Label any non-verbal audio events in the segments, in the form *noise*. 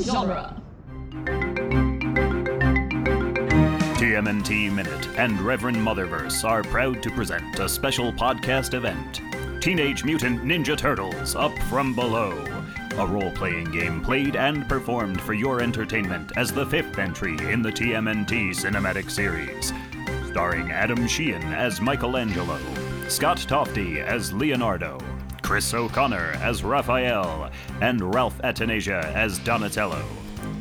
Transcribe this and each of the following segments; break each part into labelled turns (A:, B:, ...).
A: genre.
B: TMNT Minute and Reverend Motherverse are proud to present a special podcast event Teenage Mutant Ninja Turtles Up From Below. A role playing game played and performed for your entertainment as the fifth entry in the TMNT cinematic series. Starring Adam Sheehan as Michelangelo, Scott Tofty as Leonardo, Chris O'Connor as Raphael, and Ralph Atanasia as Donatello.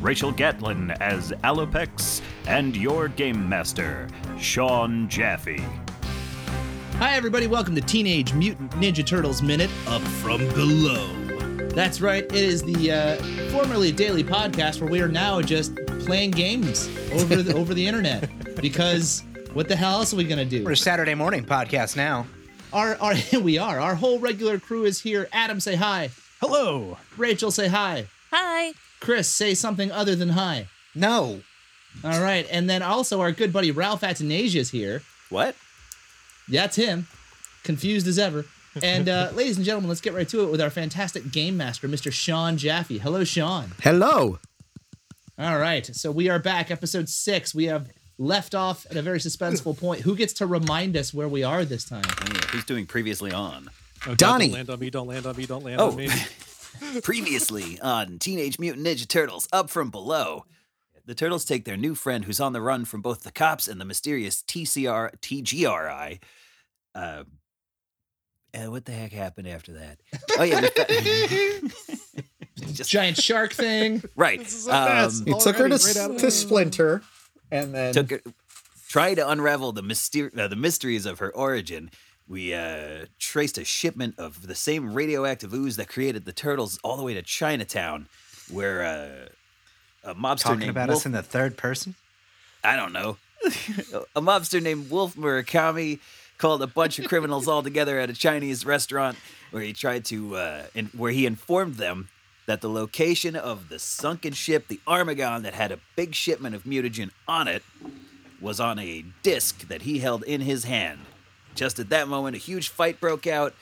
B: Rachel Gatlin as Alopex, and your game master, Sean Jaffe.
C: Hi, everybody. Welcome to Teenage Mutant Ninja Turtles Minute Up From Below. That's right. It is the uh, formerly daily podcast where we are now just playing games over the, over the internet because what the hell else are we going to do?
D: We're a Saturday morning podcast now.
C: Our, our *laughs* we are. Our whole regular crew is here. Adam, say hi.
E: Hello.
C: Rachel, say hi.
A: Hi.
C: Chris, say something other than hi.
D: No.
C: All right. And then also our good buddy Ralph Atanasia is here.
E: What?
C: Yeah, it's him. Confused as ever. And
F: *laughs*
C: uh, ladies and gentlemen, let's get right to it with our fantastic game master, Mr. Sean Jaffe. Hello, Sean.
F: Hello.
C: All right. So we are back, episode six. We have left off at a very suspenseful point. Who gets to remind us where we are this time?
E: Who's doing previously on?
G: Oh, God,
F: Donnie.
G: Don't land on me, don't land on me, don't land
E: Oh.
C: *laughs*
G: on me.
E: Previously on Teenage Mutant Ninja Turtles Up From Below. The turtles take their new friend who's on the run from both the cops and the mysterious TCR TGRI. Uh, uh, what the heck happened after that? Oh yeah, the- just,
C: Giant
G: *laughs*
C: shark thing.
E: right. Um,
F: He took her to, to Splinter, and then
E: took her, try to unravel the myster- uh, the mysteries of her origin. We uh, traced a shipment of the same radioactive ooze that created the turtles all the way to Chinatown, where uh, a mobster
D: Talking
E: named
D: about
E: Wolf-
D: us in the third person.
E: I don't know *laughs* a mobster named Wolf Murakami called a bunch of criminals all together at a Chinese restaurant where he tried to uh, in, where he informed them that the location of the sunken ship, the Armagon, that had a big shipment of mutagen on it, was on a disc that he held in his hand. Just at that moment, a huge fight broke out,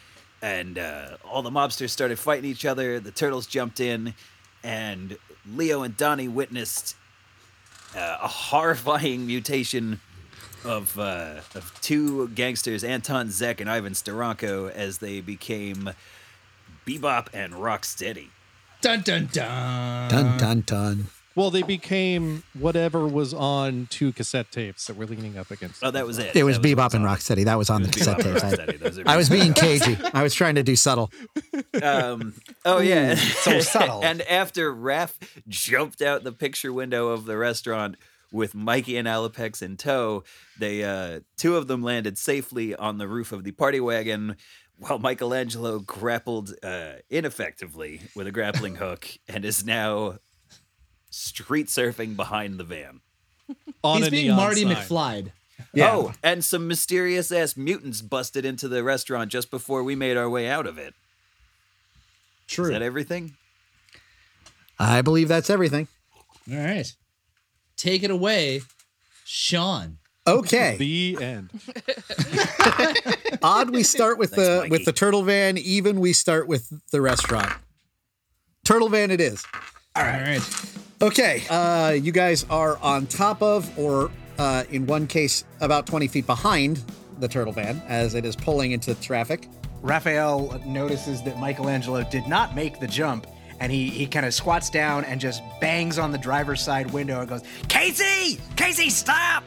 E: and uh, all the mobsters started fighting each other. The turtles jumped in, and Leo and Donnie witnessed uh, a horrifying *laughs* mutation of uh, of two gangsters, Anton Zek and Ivan Staranko, as they became Bebop and Rocksteady.
C: Dun dun dun.
F: dun dun dun.
G: Well, they became whatever was on two cassette tapes that were leaning up against.
C: Uh,
E: Oh, that was it.
F: It was
E: That what
F: Bebop and
E: on.
F: Rocksteady. That was on the
E: It was
F: cassette
E: Bebop and
F: tape. I,
E: Rocksteady. Those are-
F: I was being cagey. I was trying to do subtle.
E: Um, oh yeah, *laughs*
D: so subtle.
E: and after Raph jumped out the picture window of the restaurant with Mikey and Alapex in tow, they uh, two of them landed safely on the roof of the party wagon, while Michelangelo grappled uh, ineffectively with a grappling
D: *laughs*
E: hook and is now street surfing behind the van.
G: on
C: He's
G: a
C: being
G: neon
C: Marty
G: sign.
C: McFlyed.
E: Oh, and some mysterious ass mutants busted into the restaurant just before we made our way out of it.
C: True.
E: Is that everything?
F: I believe that's everything.
C: All right. Take it away, Sean.
F: Okay.
G: The
A: *laughs*
G: end.
F: Odd. We start with
E: Thanks,
F: the
E: Mikey.
F: with the turtle van. Even we start with the restaurant. Turtle van. It is.
C: All right.
F: Okay, uh, you guys are on top of, or uh, in one case, about 20 feet behind the turtle van as it is pulling into traffic.
D: Raphael notices that Michelangelo did not make the jump, and he, he kind of squats down and just bangs on the driver's side window and goes, Casey! Casey, stop!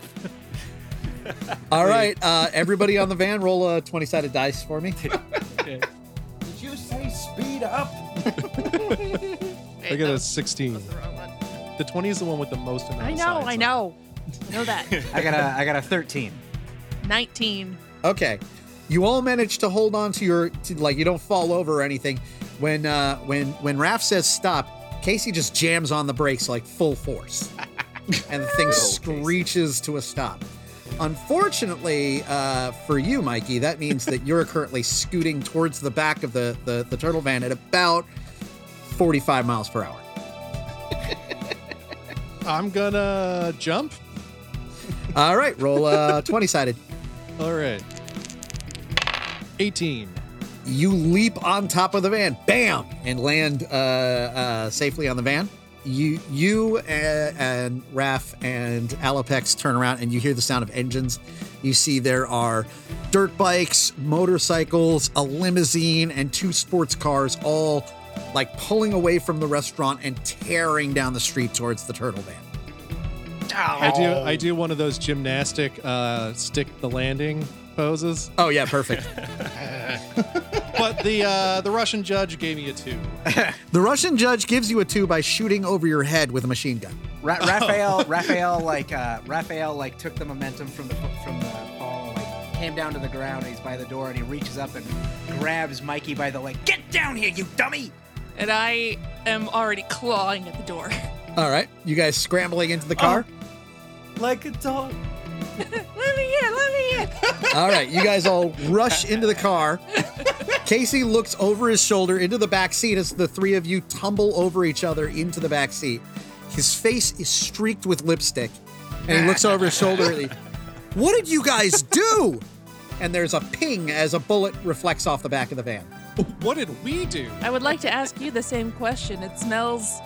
F: All right, uh, everybody on the van, roll a 20 sided dice
E: *laughs*
F: for me.
H: Did you say speed up?
G: I got a 16. The 20 is the one with the most amount
A: I
G: of
A: know,
G: signs
A: I
G: on
A: know. know that. *laughs*
D: I got a, I got a 13.
A: 19.
F: Okay, you all manage to hold on to your, to, like, you don't fall over or anything. When, uh, when, when Raph says stop, Casey just jams on the brakes like full force, and the thing screeches to a stop. Unfortunately, uh, for you, Mikey, that means that you're currently scooting towards the back of the, the, the turtle van at about 45 miles per hour.
G: it. I'm gonna jump.
F: All right, roll uh, a 20 sided.
G: All right. 18.
F: You leap on top of the van, bam, and land uh, uh, safely on the van. you you and, and Raf and Alapex turn around and you hear the sound of engines. You see there are dirt bikes, motorcycles, a limousine, and two sports cars all like pulling away from the restaurant and tearing down the street towards the turtle van.
G: I do
C: Oh.
G: I do one of those gymnastic uh, stick the landing poses.
F: Oh yeah, *laughs* perfect.
G: But the uh, *laughs* the Russian judge gave me a two.
C: *laughs*
F: the Russian judge gives you a two by shooting over your head with a machine gun.
D: Ra- Raphael, Raphael, like uh, Raphael, like took the momentum from the from the fall, like came down to the ground. And he's by the door, and he reaches up and grabs Mikey by the leg. Get down here, you dummy!
A: And I am already clawing at the door.
F: All right, you guys scrambling into the car.
E: Like a dog.
A: *laughs* let me in, let me in.
F: All right, you guys all rush into the car. Casey looks over his shoulder into the back seat as the three of you tumble over each other into the back seat. His face is streaked with lipstick, and he looks over his shoulder. And he, what did you guys do? And there's a ping as a bullet reflects off the back of the van.
G: What did we do?
A: I would like to ask you the same question. It smells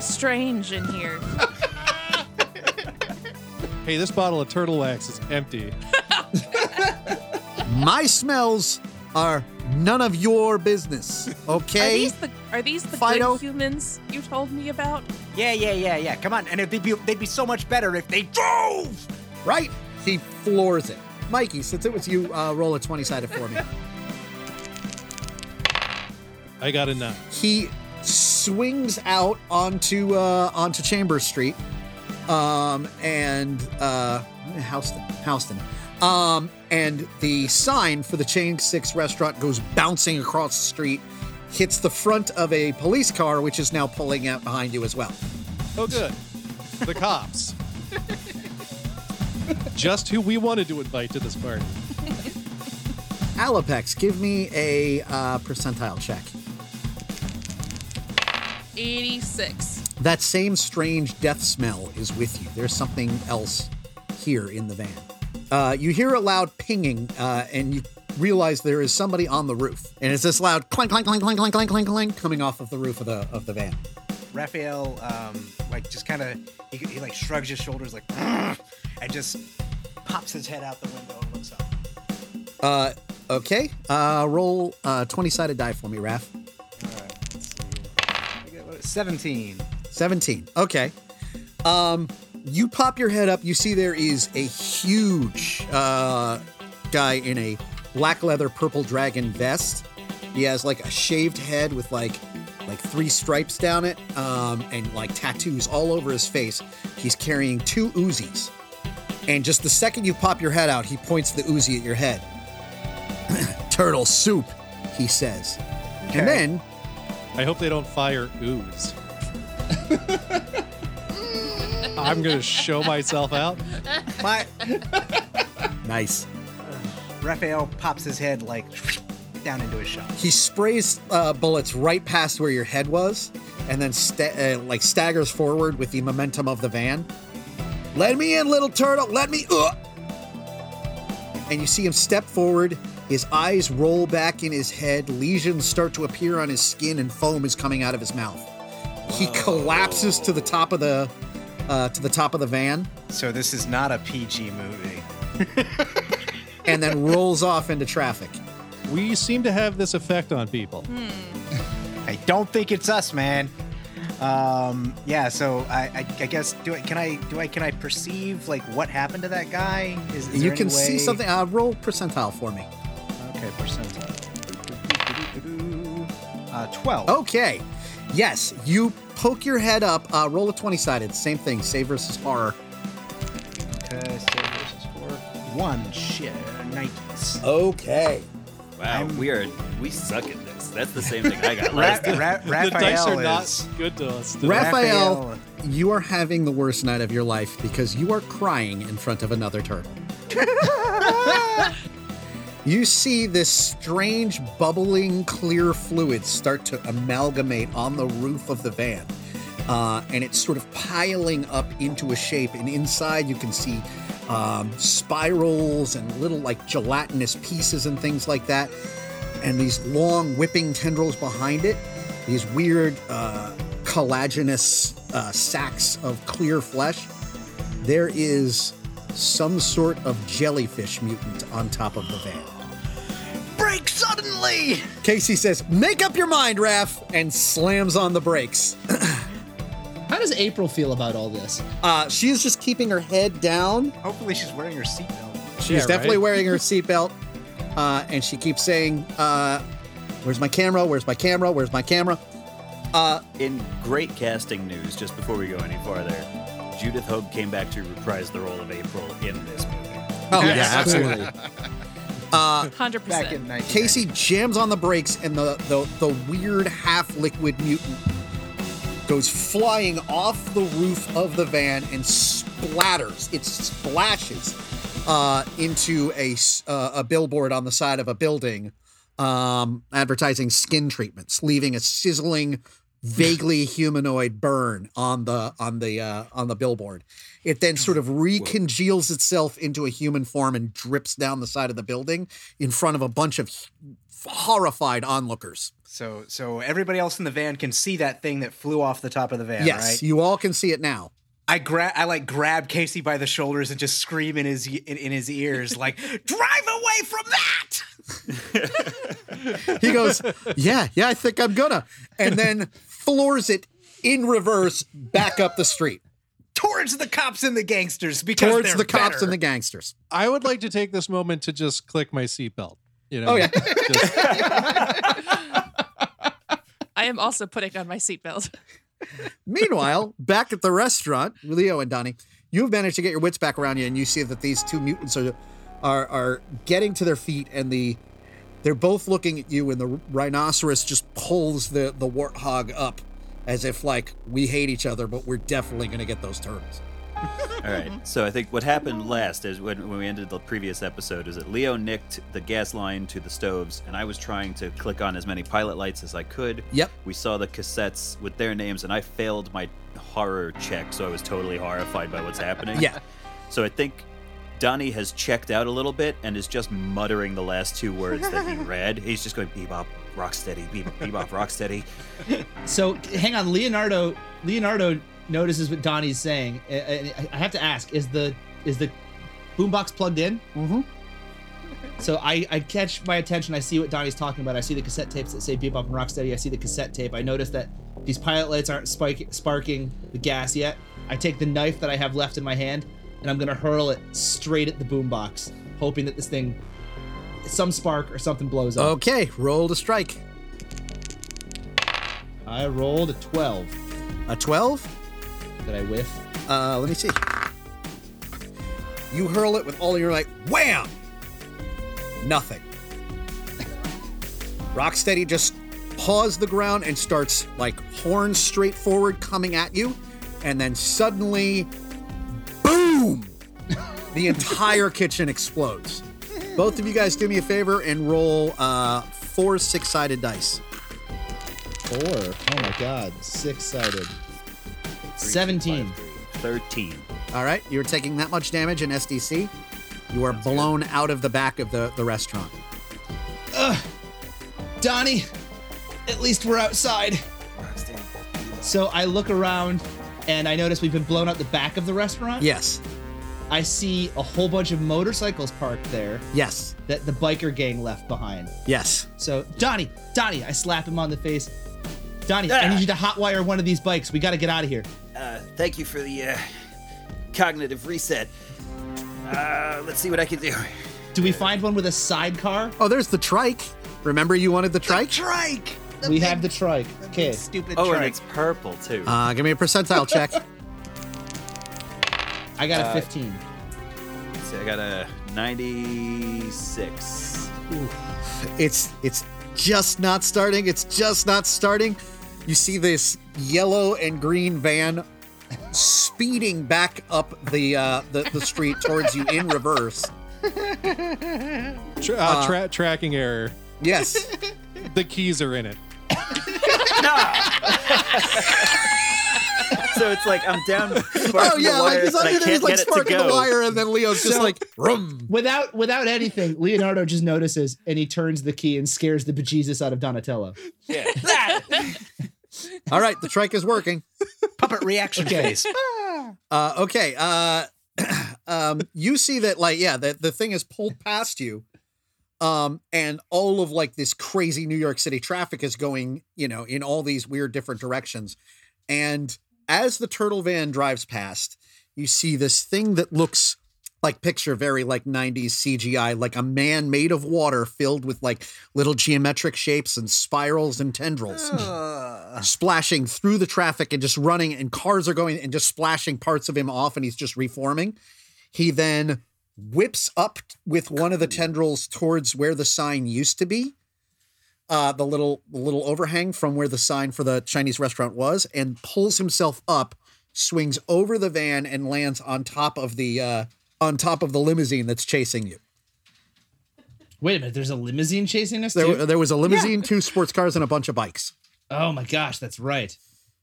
A: strange in here.
G: Hey, this bottle of turtle wax is empty.
F: My smells are none of your business,
A: Are
F: okay?
A: these the are these the
F: Fido.
A: good humans you told me about?
D: Yeah, yeah, yeah, yeah. Come on, and it'd be they'd be so much better if they drove.
F: right? He floors it. Mikey, since it was you, uh, roll a 20 sided for me.
G: I got a nine.
F: he swings out onto uh, onto Chambers Street, um, and uh, Houston, Houston, um, and the sign for the Chain Six restaurant goes bouncing across the street, hits the front of a police car, which is now pulling out behind you as well.
G: Oh, good. The cops. Just who we wanted to invite to this party.
F: Alapex, give me a uh, percentile check.
A: 86.
F: That same strange death smell is with you. There's something else here in the van. Uh, you hear a loud pinging, uh, and you realize there is somebody on the roof. And it's this loud clank, clank, clank, clank, clank, clank, clank, clank coming off of the roof of the of the van.
D: Raphael, um, like just kind of he, he like shrugs his shoulders, like, "Ugh," and just pops his head out the window and looks up.
F: Uh, okay, uh, roll uh, twenty sided die for me, Raph.
D: All right, let's see. I got, what, Seventeen.
F: 17. Okay. Um, you pop your head up. You see there is a huge uh, guy in a black leather purple dragon vest. He has like a shaved head with like like three stripes down it um, and like tattoos all over his face. He's carrying two Uzis. And just the second you pop your head out, he points the Uzi at your head. *clears throat* Turtle soup, he says.
D: Okay.
F: And then
G: I hope they don't fire ooze. I'm gonna show myself out.
F: my nice.
D: Raphael pops his head like down into his shop.
F: He sprays uh, bullets right past where your head was, and then sta- uh, like staggers forward with the momentum of the van. Let me in, little turtle. Let me. Ugh! And you see him step forward. His eyes roll back in his head. Lesions start to appear on his skin, and foam is coming out of his mouth. He
D: Oh,
F: collapses to the top of the uh, to the top of the van,
D: So this is not a PG movie. *laughs*
F: and then rolls off into traffic.
G: We seem to have this effect on people.
D: I don't think it's us, man. Um, yeah. So I, I, I guess do I can I do I can I perceive like what happened to that guy? Is, is
F: you
D: there
F: can
D: any
F: see
D: way-
F: something. Uh, roll percentile for me.
D: Okay, percentile. Uh, Twelve.
F: Okay. Yes, you poke your head up. Uh, roll a 20 sided. Same thing, save versus horror.
D: Okay, save versus four. One shit. Nikes.
F: Okay.
E: Wow, we are we suck at this. That's the same thing I *laughs* got last
D: Ra-
E: time.
D: Ra- Raphael
G: *laughs* the dice are
D: is.
G: not good to us. today.
F: Raphael,
D: Raphael.
F: you are having the worst night of your life because you are crying in front of another turtle. you see this strange, bubbling, clear fluid start to amalgamate on the roof of the van. Uh, and it's sort of piling up into a shape. And inside, you can see um, spirals and little, like, gelatinous pieces and things like that. And these long, whipping tendrils behind it. These weird, uh, collagenous uh, sacks of clear flesh, there is some sort of jellyfish mutant on top of the van.
E: Break suddenly!
F: Casey says, Make up your mind, Raph, and slams on the brakes.
C: How does April feel about all this?
F: Uh, she is just keeping her head down.
D: Hopefully, she's wearing her seatbelt.
F: She's
G: Yeah,
F: definitely
G: right?
F: wearing her seatbelt. Uh, and she keeps saying, uh, Where's my camera? Where's my camera? Where's my camera?
B: In great casting news, just before we go any farther, Judith Hogue came back to reprise the role of April in this movie.
F: Oh, yeah, absolutely.
A: Hundred
D: Back in
A: percent.
D: 1990.
F: Casey jams on the brakes, and the the, the weird half liquid mutant goes flying off the roof of the van and splatters. It splashes uh, into a s- uh, a billboard on the side of a building, um, advertising skin treatments, leaving a sizzling, vaguely humanoid burn on the on the uh, on the billboard. It then sort of recongeals itself into a human form and drips down the side of the building in front of a bunch of horrified onlookers.
D: So, so everybody else in the van can see that thing that flew off the top of the van,
F: yes,
D: right?
F: you all can see it now.
D: I grab, I like grab Casey by the shoulders and just scream in his in, in his ears, like, "Drive away from that!"
F: He goes, "Yeah, yeah, I think I'm gonna," and then floors it in reverse back up the street
D: Towards the cops and the gangsters, because
F: towards
D: they're
F: the cops
D: better.
F: and the gangsters.
G: I would like to take this moment to just click my seatbelt. You know,
F: Oh, yeah.
G: Just-
A: I am also putting on my seatbelt. *laughs*
F: Meanwhile, back at the restaurant, Leo and Donnie, you've managed to get your wits back around you, and you see that these two mutants are are, are getting to their feet, and the they're both looking at you, and the rhinoceros just pulls the the warthog up, as if like we hate each other, but we're definitely gonna get those turtles.
B: All right. So I think what happened last is when, when we ended the previous episode is that Leo nicked the gas line to the stoves, and I was trying to click on as many pilot lights as I could.
F: Yep.
B: We saw the cassettes with their names, and I failed my horror check, so I was totally horrified by what's happening.
F: Yeah.
B: So I think Donnie has checked out a little bit and is just muttering the last two words that he
F: *laughs*
B: read. He's just going bebop, rocksteady, bebop, bebop, rocksteady.
C: So hang on, Leonardo. Leonardo notices what Donnie's saying. I- I, I have to ask: Is the is the boombox plugged in?
F: Mm-hmm.
C: So I, I catch my attention. I see what Donnie's talking about. I see the cassette tapes that say Bebop and Rocksteady. I see the cassette tape. I notice that these pilot lights aren't spike, sparking the gas yet. I take the knife that I have left in my hand and I'm going to hurl it straight at the boombox, hoping that this thing, some spark or something blows up.
F: Okay, roll to strike.
C: I rolled a 12.
F: A twelve.
C: Did I whiff?
F: Uh, let me see. You hurl it with all your might. Wham! Nothing. Rocksteady just paws the ground and starts like horn straight forward coming at you, and then suddenly, boom! The entire kitchen explodes. Both of you guys do me a favor and roll uh, four six sided dice.
C: Four. Oh my god. Six sided. 17.
B: 13.
F: All right, you're taking that much damage in SDC. You are blown out of the back of the, the restaurant.
C: Donnie, at least we're outside.
E: Uh,
C: So I look around and I notice we've been blown out the back of the restaurant.
F: Yes,
C: I see a whole bunch of motorcycles parked there
F: yes,
C: that the biker gang left behind.
F: yes.
C: So Donnie, Donnie, I slap him on the face. Donnie, I
D: Ah.
C: need you to hotwire one of these bikes. We got to get out of here.
E: Uh, thank you for the uh, cognitive reset. Uh, let's see what I can do.
C: Do we find one with a sidecar?
F: Oh, there's the trike. Remember you wanted the trike?
D: Trike. The
C: we
D: big
C: have the trike. Okay.
D: Stupid
B: Oh, and
D: trike.
B: it's purple too.
F: Uh, give me a *laughs* percentile check.
C: I got
D: Uh,
C: a 15.
B: so I got a 96.
F: It's it's just not starting. It's just not starting. You see this yellow and green van speeding back up the uh, the, the street towards you in reverse.
G: Tra- uh, tra- tracking error.
F: Yes.
G: The keys are in it.
B: So it's like I'm
F: *laughs*
B: down.
F: *laughs* Oh yeah, like it's
B: I
F: under there,
B: can't
F: he's like
B: get it to
F: sparking
B: go.
F: the wire, and then Leo's just like, "Rum."
C: Without without anything, Leonardo just notices and he turns the key and scares the bejesus out of Donatello.
E: Yeah.
F: All right, the trike is working.
D: Puppet reaction *laughs* phase.
F: Uh, okay. Uh, *clears throat* um, you see that, like, yeah, that the thing is pulled past you, um, and all of like this crazy New York City traffic is going, you know, in all these weird different directions. And as the turtle van drives past, you see this thing that looks like picture very like 90s CGI, like a man made of water filled with like little geometric shapes and spirals and tendrils splashing through the traffic and just running, and cars are going and just splashing parts of him off, and he's just reforming. He then whips up t- with one of the tendrils towards where the sign used to be, uh, the little the little overhang from where the sign for the Chinese restaurant was, and pulls himself up, swings over the van, and lands on top of the uh, on top of the limousine that's chasing you.
C: Wait a minute, there's a limousine chasing us
F: There,
C: too?
F: there was a limousine, two sports cars, and a bunch of bikes.
C: oh my gosh, that's right.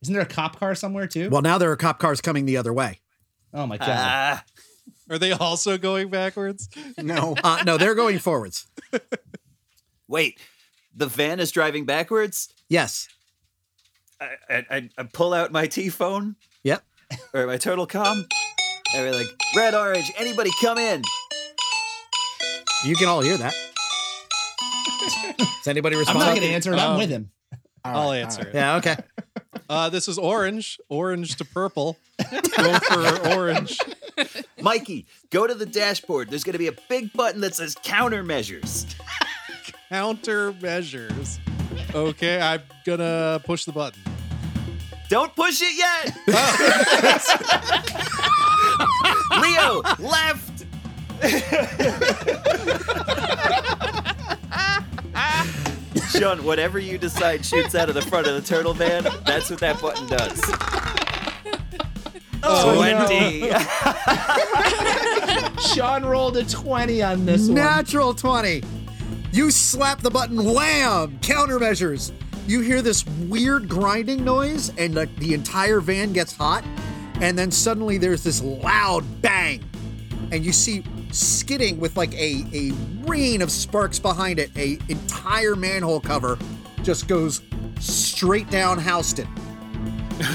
C: Isn't there a cop car somewhere too?
F: Well, now there are cop cars coming the other way.
C: Oh my god.
E: Ah,
G: Are they also going backwards?
D: no.
F: Uh, no, they're going forwards.
E: wait, the van is driving backwards.
F: Yes.
E: I, I, I- I pull out my T phone
F: Yep.
E: or my turtle com. And we're like, red, orange, anybody come in.
F: You can all hear
C: *laughs*
F: that. Is anybody
C: I'm
F: responding?
C: not gonna answer it. I'm
G: Um,
C: with him.
G: I'll answer it.
F: Yeah, okay.
G: Uh, this is orange, orange to purple. Go for orange.
E: Mikey, go to the dashboard. There's going to be a big button that says countermeasures.
G: Countermeasures. Okay, I'm gonna push the button.
E: Don't push it yet. *laughs* Leo, left. Sean, whatever you decide shoots out of the front of the turtle van, that's what that button does.
G: Oh, no.
E: 20.
C: Sean rolled a 20 on this
F: Natural 20. You slap the button, wham! Countermeasures. You hear this weird grinding noise, and like the entire van gets hot, and then suddenly there's this loud bang, and you see skidding with like a, a rain of sparks behind it, a entire manhole cover just goes straight down Houston.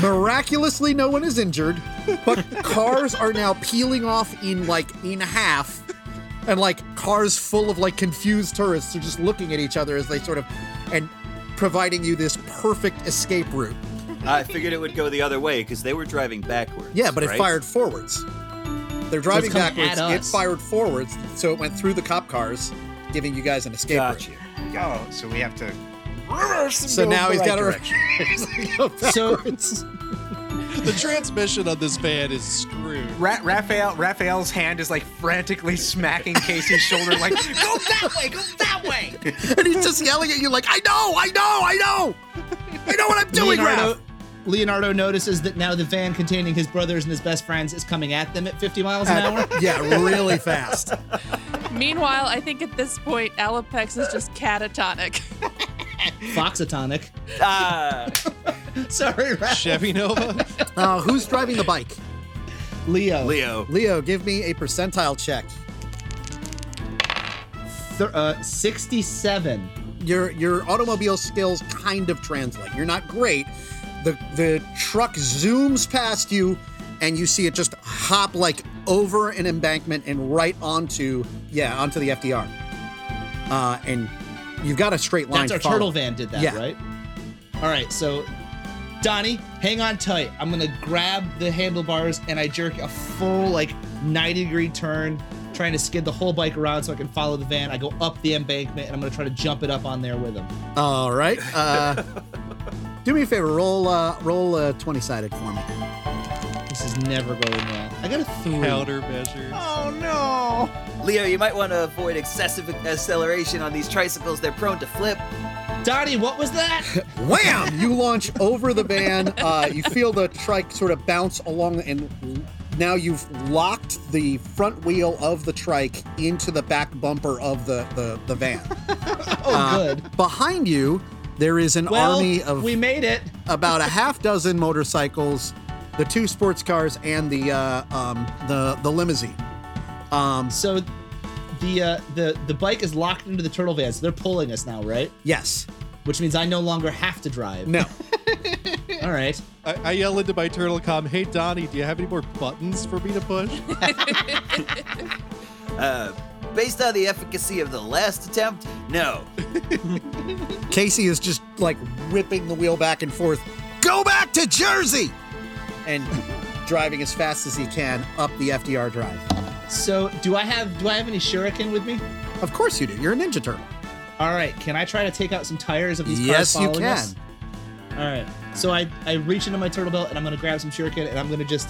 F: Miraculously, no one is injured, but cars are now peeling off in like in half, and like cars full of like confused tourists are just looking at each other as they sort of and providing you this perfect escape route.
E: I figured it would go the other way because they were driving backwards.
F: Yeah, but it
E: right?
F: fired forwards. They're driving
C: coming
F: backwards.
C: at
F: It
C: us.
F: fired forwards, so it went through the cop cars, giving you guys an escape route.
E: Gotcha.
D: Oh, so we have to reverse. and
F: So
D: go
F: now
D: the
F: he's
D: right
F: got
D: direction.
F: a.
C: So
G: The transmission on this van is screwed.
D: Ra- Raphael, Raphael's hand is like frantically smacking Casey's shoulder, like, go that way, go that way.
F: *laughs* and he's just yelling at you like, "I know, I know, I know, I know what I'm doing, Raph."
C: Leonardo, Leonardo notices that now the van containing his brothers and his best friends is coming at them at 50 miles an hour. *laughs*
F: yeah, really fast.
A: Meanwhile, I think at this point, Alapex is just catatonic.
C: Foxatonic.
F: *laughs*
E: Ah,
C: *laughs* Sorry, Raph.
G: Chevy *laughs* Nova.
F: Uh, who's driving the bike?
C: Leo.
E: Leo.
F: Leo, give me a percentile check.
C: Thir- uh, 67.
F: Your your automobile skills kind of translate. You're not great. The the truck zooms past you, and you see it just hop like over an embankment and right onto yeah onto the FDR. Uh, and you've got a straight line.
C: That's our
F: to follow.
C: turtle van did that,
F: Yeah.
C: right? All right, so Donnie, hang on tight. I'm gonna grab the handlebars and I jerk a full like 90 degree turn, trying to skid the whole bike around so I can follow the van. I go up the embankment and I'm gonna try to jump it up on there with him.
F: All right. Uh, *laughs* do me a favor. Roll uh, roll a twenty sided for me.
C: This is never going well. I got a three.
G: Countermeasures.
D: Oh no.
E: Leo, you might want to avoid excessive acceleration on these tricycles. They're prone to flip.
C: Donnie, what was
F: *laughs*
C: that?
F: Wham! You launch over the van. Uh, you feel the trike sort of bounce along, and now you've locked the front wheel of the trike into the back bumper of the the,
C: *laughs*
F: the van.
C: Oh, good.
F: Behind you, there is an
C: Well,
F: Uh, army of
C: we made it.
F: about a half dozen motorcycles, the two sports cars, and the uh, um, the the limousine. Um,
C: So the uh, the the bike is locked into the turtle van, so they're pulling us now, right?
F: yes.
C: Which means I no longer have to drive.
F: No.
C: All right.
G: I, I yell into my turtle com, "Hey Donnie, do you have any more buttons for me to push?"
E: Uh, based on the efficacy of the last attempt, no.
F: Casey is just like whipping the wheel back and forth. Go back to Jersey! And driving as fast as he can up the FDR drive.
C: So, do I have do I have any shuriken with me?
F: Of course you do. You're a Ninja Turtle.
C: All right. Can I try to take out some tires of these
F: Yes,
C: cars
F: you
C: following
F: can.
C: us? All right. So I I reach into my turtle belt and I'm gonna grab some shuriken and I'm gonna just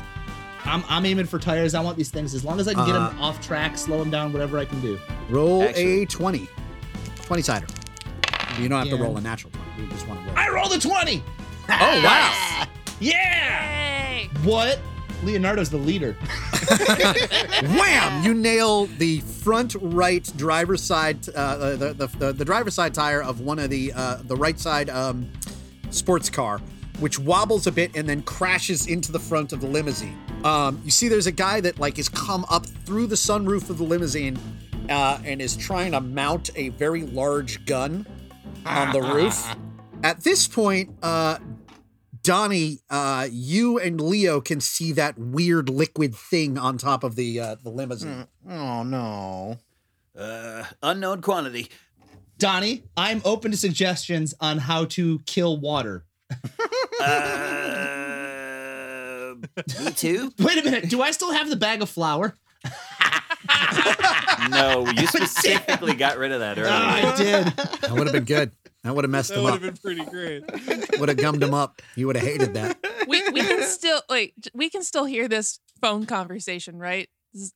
C: I'm I'm aiming for tires. I want these things as long as I can get
F: Uh-huh.
C: 'em get them off track, slow them down, whatever I can do.
F: Roll
E: Actually-
F: a 20. 20 sider. You don't have to
C: Yeah.
F: roll a natural 20. You just want to roll.
C: I rolled a twenty.
F: Oh, wow.
C: Yeah.
A: Hey!
C: What? Leonardo's the leader.
F: Wham! You nail the front right driver's side, uh, the, the, the, the driver's side tire of one of the uh, the right side um, sports car, which wobbles a bit and then crashes into the front of the limousine. Um, you see, there's a guy that like has come up through the sunroof of the limousine uh, and is trying to mount a very large gun on the roof. At this point, uh, Donnie, uh, you and Leo can see that weird liquid thing on top of the uh, the limousine.
D: Oh no.
E: Uh, unknown quantity.
C: Donnie, I'm open to suggestions on how to kill water.
E: Uh, me too?
C: Wait a minute. Do I still have the bag of
F: *laughs*
C: flour?
E: No, you specifically got rid of that
C: Oh, I did.
F: That would have been good. That would have messed
G: that
F: him
G: would have
F: up.
G: been *laughs* pretty great.
F: Would have gummed him up. You would have hated that.
A: We we can still wait. j- We can still hear this phone conversation, right? Z-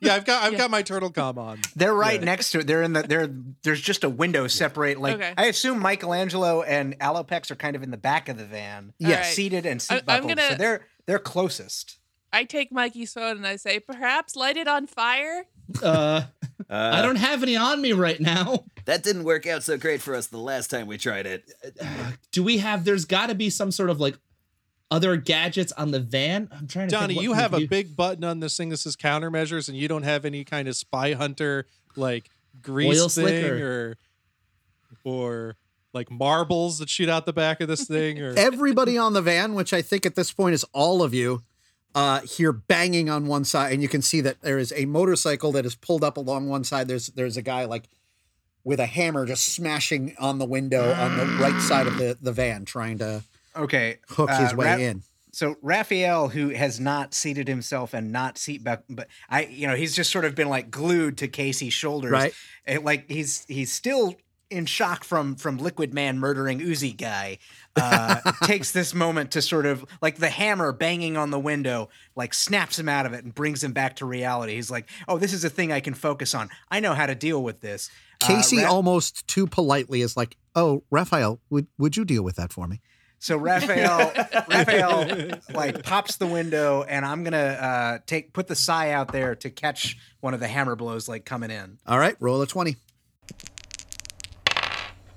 G: Yeah, I've got I've
A: Yeah.
G: got my turtle com on.
D: They're right
G: Yeah.
D: next to it. They're in the they're there's just a window separate. Like
A: Okay.
D: I assume Michelangelo and Alopex are kind of in the back of the van.
A: All
F: Yes.
A: right.
D: Seated and seat
A: I- I'm
D: buckled. So
A: gonna-
D: they're they're closest.
A: I take Mikey's phone and I say, "Perhaps light it on fire."
C: Uh,
E: Uh,
C: I don't have any on me right now.
E: That didn't work out so great for us the last time we tried it.
C: Do we have? There's got to be some sort of like other gadgets on the van. I'm
G: *laughs*
C: trying to. think
G: Donnie,
C: what
G: you
C: we
G: have
C: could
G: a
C: do.
G: big button on this thing that says countermeasures, and you don't have any kind of spy hunter like grease
C: Oil
G: thing
C: slicker.
G: or or like marbles that shoot out the back of this thing or
F: Everybody on the van, which I think at this point is all of you, uh, hear banging on one side, and you can see that there is a motorcycle that is pulled up along one side. There's there's a guy like with a hammer just smashing on the window on the right side of the, the van, trying to
D: Okay.
F: hook his
D: uh,
F: way
D: Rap-
F: in.
D: So Raphael, who has not seated himself and not seat back, but I, you know, he's just sort of been like glued to Casey's shoulders,
F: Right.
D: And, like he's he's still in shock from from Liquid Man murdering Uzi guy.
F: *laughs*
D: Uh, takes this moment to sort of like the hammer banging on the window, like snaps him out of it and brings him back to reality. He's like, oh, this is a thing I can focus on. I know how to deal with this. Uh,
F: Casey
D: Ra-
F: almost too politely is like, "Oh, Raphael, would would you deal with that for me?"
D: So *laughs* Raphael, Raphael, like pops the window, and I'm gonna uh, take put the sigh out there to catch one of the hammer blows like coming in.
F: All right, roll a twenty.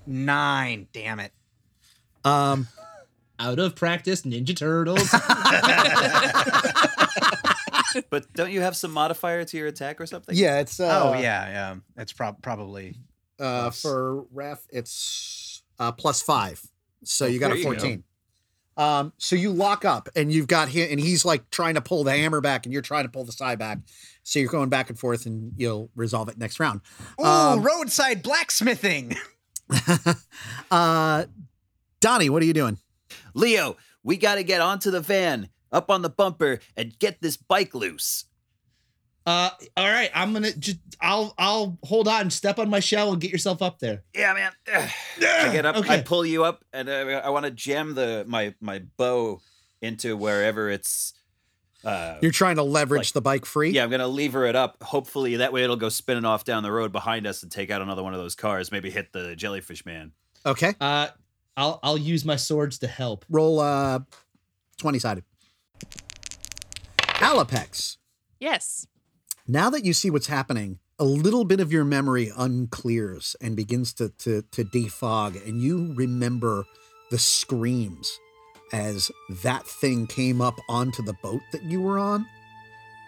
D: Nine, damn it!
F: Um,
C: out of practice Ninja
G: *laughs*
C: Turtles.
E: But don't you have some modifier to your attack or something?
F: yeah, it's uh,
D: Oh yeah, yeah, that's prob- probably
F: uh, for Raf, it's uh, plus five, so you got
E: Oh, There
F: a
E: you go.
F: fourteen. Um, so you lock up, and you've got him, and he's like trying to pull the hammer back, and you're trying to pull the side back. So you're going back and forth, and you'll resolve it
E: *laughs*
F: next round.
D: ooh
F: Um,
D: roadside blacksmithing. *laughs*
F: uh, Donnie, what are you doing?
E: Leo, we got to get onto the van, up on the bumper, and get this bike loose.
C: uh, all right, I'm gonna just I'll I'll hold on, step on my shell, and get yourself up there.
E: Yeah, man. I get up. I
C: okay.
E: pull you up, and I, I want to jam the my my bow into wherever it's. Uh,
F: You're trying to leverage
E: Like-
F: the bike free.
E: yeah, I'm gonna lever it up. Hopefully, that way it'll go spinning off down the road behind us and take out another one of those cars. Maybe hit the jellyfish man.
F: Okay.
C: Uh, I'll I'll use my swords to help. *laughs*
F: Roll uh, twenty sided. Alapex.
A: Yes.
F: now that you see what's happening, a little bit of your memory unclears and begins to to to defog, and you remember the screams as that thing came up onto the boat that you were on,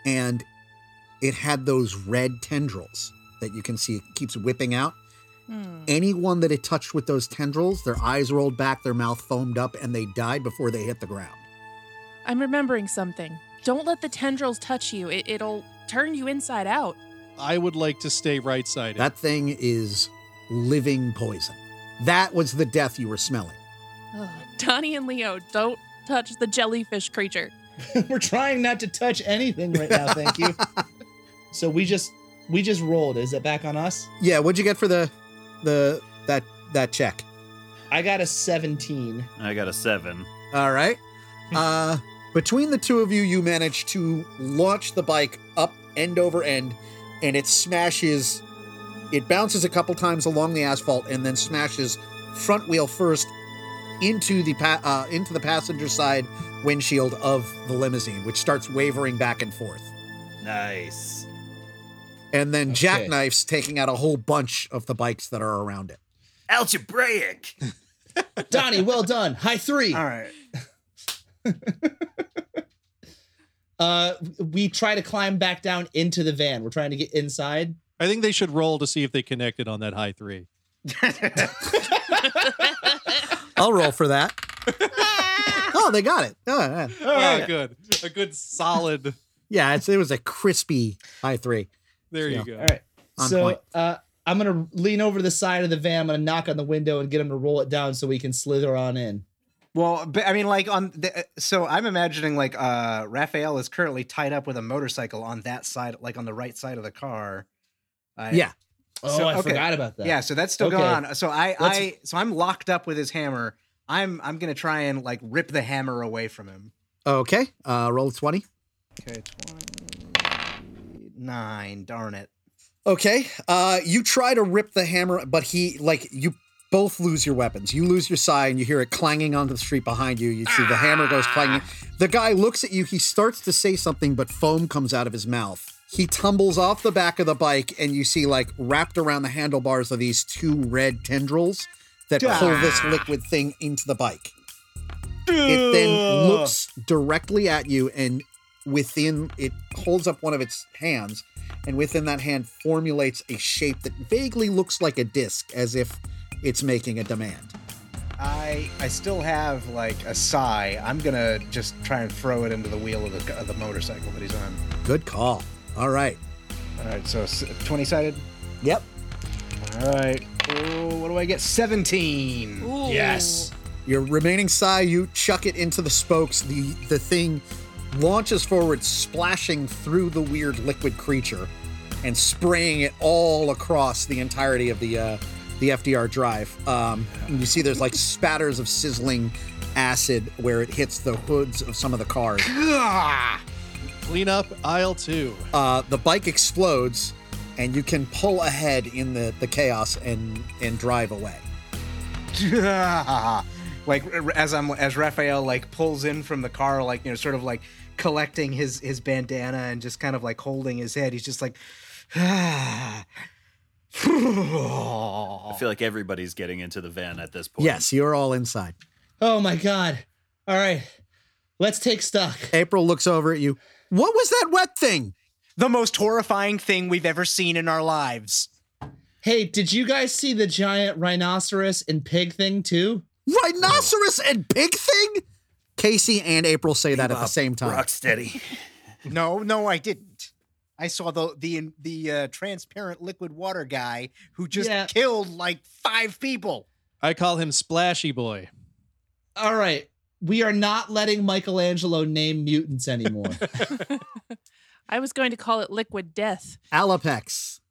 F: and it had those red tendrils that you can see it keeps whipping out, Anyone that it touched with those tendrils, their eyes rolled back, their mouth foamed up, and they died before they hit the ground.
A: I'm remembering something. Don't let the tendrils touch you. It, it'll turn you inside out.
G: I would like to stay right sided.
F: That thing is living poison. That was the death you were smelling.
A: Ugh. Donnie and Leo, don't touch the jellyfish creature.
C: We're trying not to touch anything right now, thank
G: *laughs*
C: you. so we just we just rolled. Is it back on us?
F: Yeah, what'd you get for the the that that check?
C: I got a 17.
B: I got a seven.
F: All right. Uh, between the two of you, you manage to launch the bike up end over end, and it smashes. It bounces a couple times along the asphalt and then smashes front wheel first into the pa- uh, into the passenger side windshield of the limousine, which starts wavering back and forth.
E: Nice.
F: And then
C: Okay.
F: jackknifes taking out a whole bunch of the bikes that are around it.
E: Algebraic.
C: Donnie, well done. High three.
D: All right.
C: Uh, we try to climb back down into the van. We're trying to get inside.
G: I think they should roll to see if they connected on that high three.
F: I'll roll for *laughs* that. oh, they got it. All right.
G: Oh, good. A good solid.
F: Yeah, it's, it was a crispy high three.
G: There
F: Yeah.
G: you go.
C: All right.
F: On
C: so
F: point.
C: uh, I'm gonna lean over to the side of the van. I'm gonna knock on the window and get him to roll it down so we can slither on in.
D: Well, but, I mean, like on the, uh, so I'm imagining like uh Raphael is currently tied up with a motorcycle on that side, like on the right side of the car. I,
F: Yeah.
C: Oh,
D: So-
C: I
D: okay.
C: forgot about that.
D: yeah. So that's still
C: Okay.
D: going on. So I,
C: Let's-
D: I, so I'm locked up with his hammer. I'm, I'm gonna try and like rip the hammer away from him.
F: Okay. Uh, roll a 20.
D: Okay, twenty-nine. Darn it.
F: Okay. Uh, you try to rip the hammer, but he, like, you both lose your weapons. You lose your sai and you hear it clanging onto the street behind you. You see the hammer goes clanging. The guy looks at you. He starts to say something, but foam comes out of his mouth. He tumbles off the back of the bike, and you see, like, wrapped around the handlebars are these two red tendrils that pull this liquid thing into the bike. It then looks directly at you and within it holds up one of its hands and within that hand formulates a shape that vaguely looks like a disc as if it's making a demand.
D: I, I still have like a sigh. I'm gonna just try and throw it into the wheel of the, of the motorcycle that he's on.
F: Good call. All right.
D: All right. So twenty sided.
F: Yep.
D: All right. Oh, what do I get? 17.
A: Ooh.
C: Yes.
F: Your remaining sigh, you chuck it into the spokes. The the thing launches forward, splashing through the weird liquid creature and spraying it all across the entirety of the uh, the FDR drive. Um, and you see there's like spatters of sizzling acid where it hits the hoods of some of the cars.
G: Clean up aisle two.
F: Uh, the bike explodes, and you can pull ahead in the, the chaos and and drive away.
D: *laughs* like r- as I'm as Raphael like pulls in from the car like you know sort of like collecting his his bandana and just kind of like holding his head. He's just like *sighs*
B: I feel like everybody's getting into the van at this point.
F: Yes, you're all inside.
C: Oh my god. All right. Let's take stock.
F: April looks over at you. What was that wet thing?
D: the most horrifying thing we've ever seen in our lives.
C: Hey, did you guys see the giant rhinoceros and pig thing too?
F: Rhinoceros and pig thing? Casey and April say that at the same time.
E: Rocksteady.
D: No, no, I didn't. I saw the the the uh, transparent liquid water guy who just
C: Yeah.
D: killed like five people.
G: I call him Splashy Boy.
C: All right. We are not letting Michelangelo name mutants anymore. *laughs*
A: I was going to call it liquid death.
F: Alapex,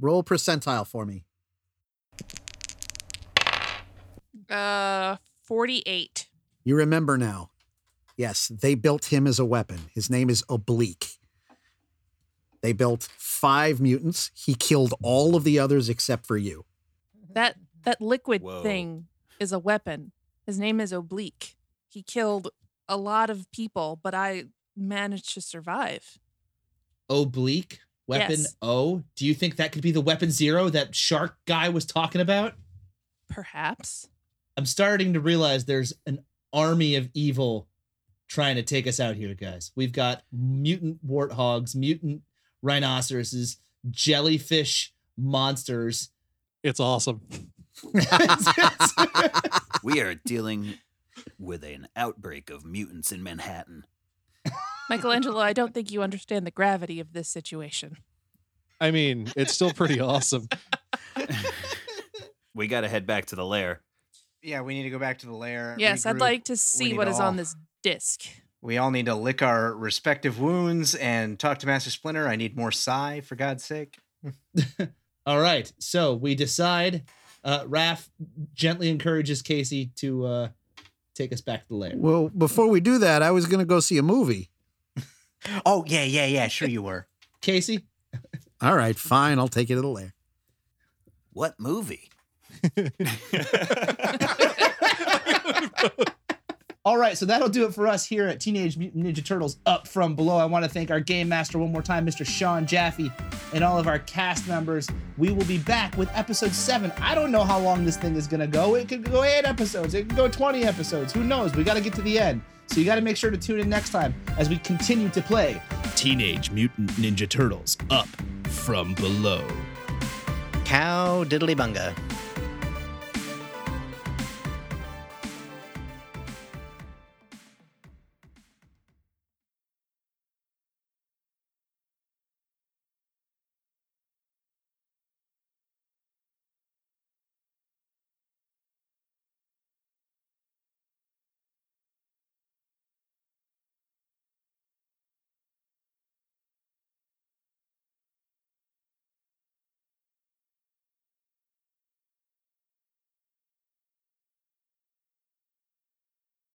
F: roll percentile for me.
A: Uh, 48.
F: You remember now. Yes, they built him as a weapon. His name is Oblique. They built five mutants. He killed all of the others except for you.
A: That that liquid
B: Whoa.
A: thing is a weapon. His name is Oblique. He killed a lot of people, but I managed to survive.
C: Oblique weapon
A: Yes.
C: O. Do you think that could be the weapon zero that shark guy was talking about?
A: Perhaps.
C: I'm starting to realize there's an army of evil trying to take us out here, guys. We've got mutant warthogs, mutant rhinoceroses, jellyfish monsters,
G: It's awesome.
E: We are dealing with an outbreak of mutants in Manhattan.
A: Michelangelo, I don't think you understand the gravity of this
D: *laughs*
A: situation.
G: I mean, it's still pretty *laughs* awesome.
E: We got to head back to the lair.
D: Yeah, we need to go back to the lair.
A: Yes, I'd
D: regroup.
A: like to see
D: need
A: what is
D: all-
A: on this disc.
D: We all need to lick our respective wounds and talk to Master Splinter. I need more psi, for God's sake.
C: All right. So we decide. Uh, Raph gently encourages Casey to uh, take us back to the lair.
F: Well, before we do that, I was going to go see a movie.
D: Oh yeah, yeah, yeah. Sure you were.
C: Casey,
F: All right, fine. I'll take you to the lair.
E: What movie?
C: All right, so that'll do it for us here at Teenage Mutant Ninja Turtles Up From Below. I want to thank our game master one more time, Mr. Sean Jaffe, and all of our cast members. We will be back with episode seven. I don't know how long this thing is going to go. It could go eight episodes, it could go 20 episodes. Who knows? We got to get to the end. So you got to make sure to tune in next time as we continue to play Teenage Mutant Ninja Turtles Up From Below.
D: Cow diddly bunga.